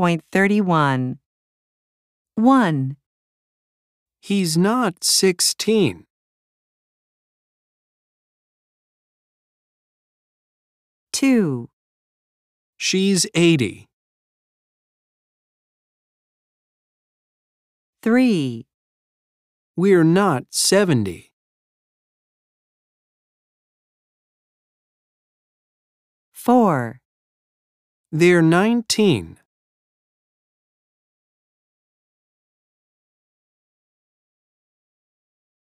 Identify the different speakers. Speaker 1: 1.31 1,
Speaker 2: He's not 16.
Speaker 1: two,
Speaker 2: She's 80.
Speaker 1: three,
Speaker 2: We're not 70.
Speaker 1: four.
Speaker 2: They're 19.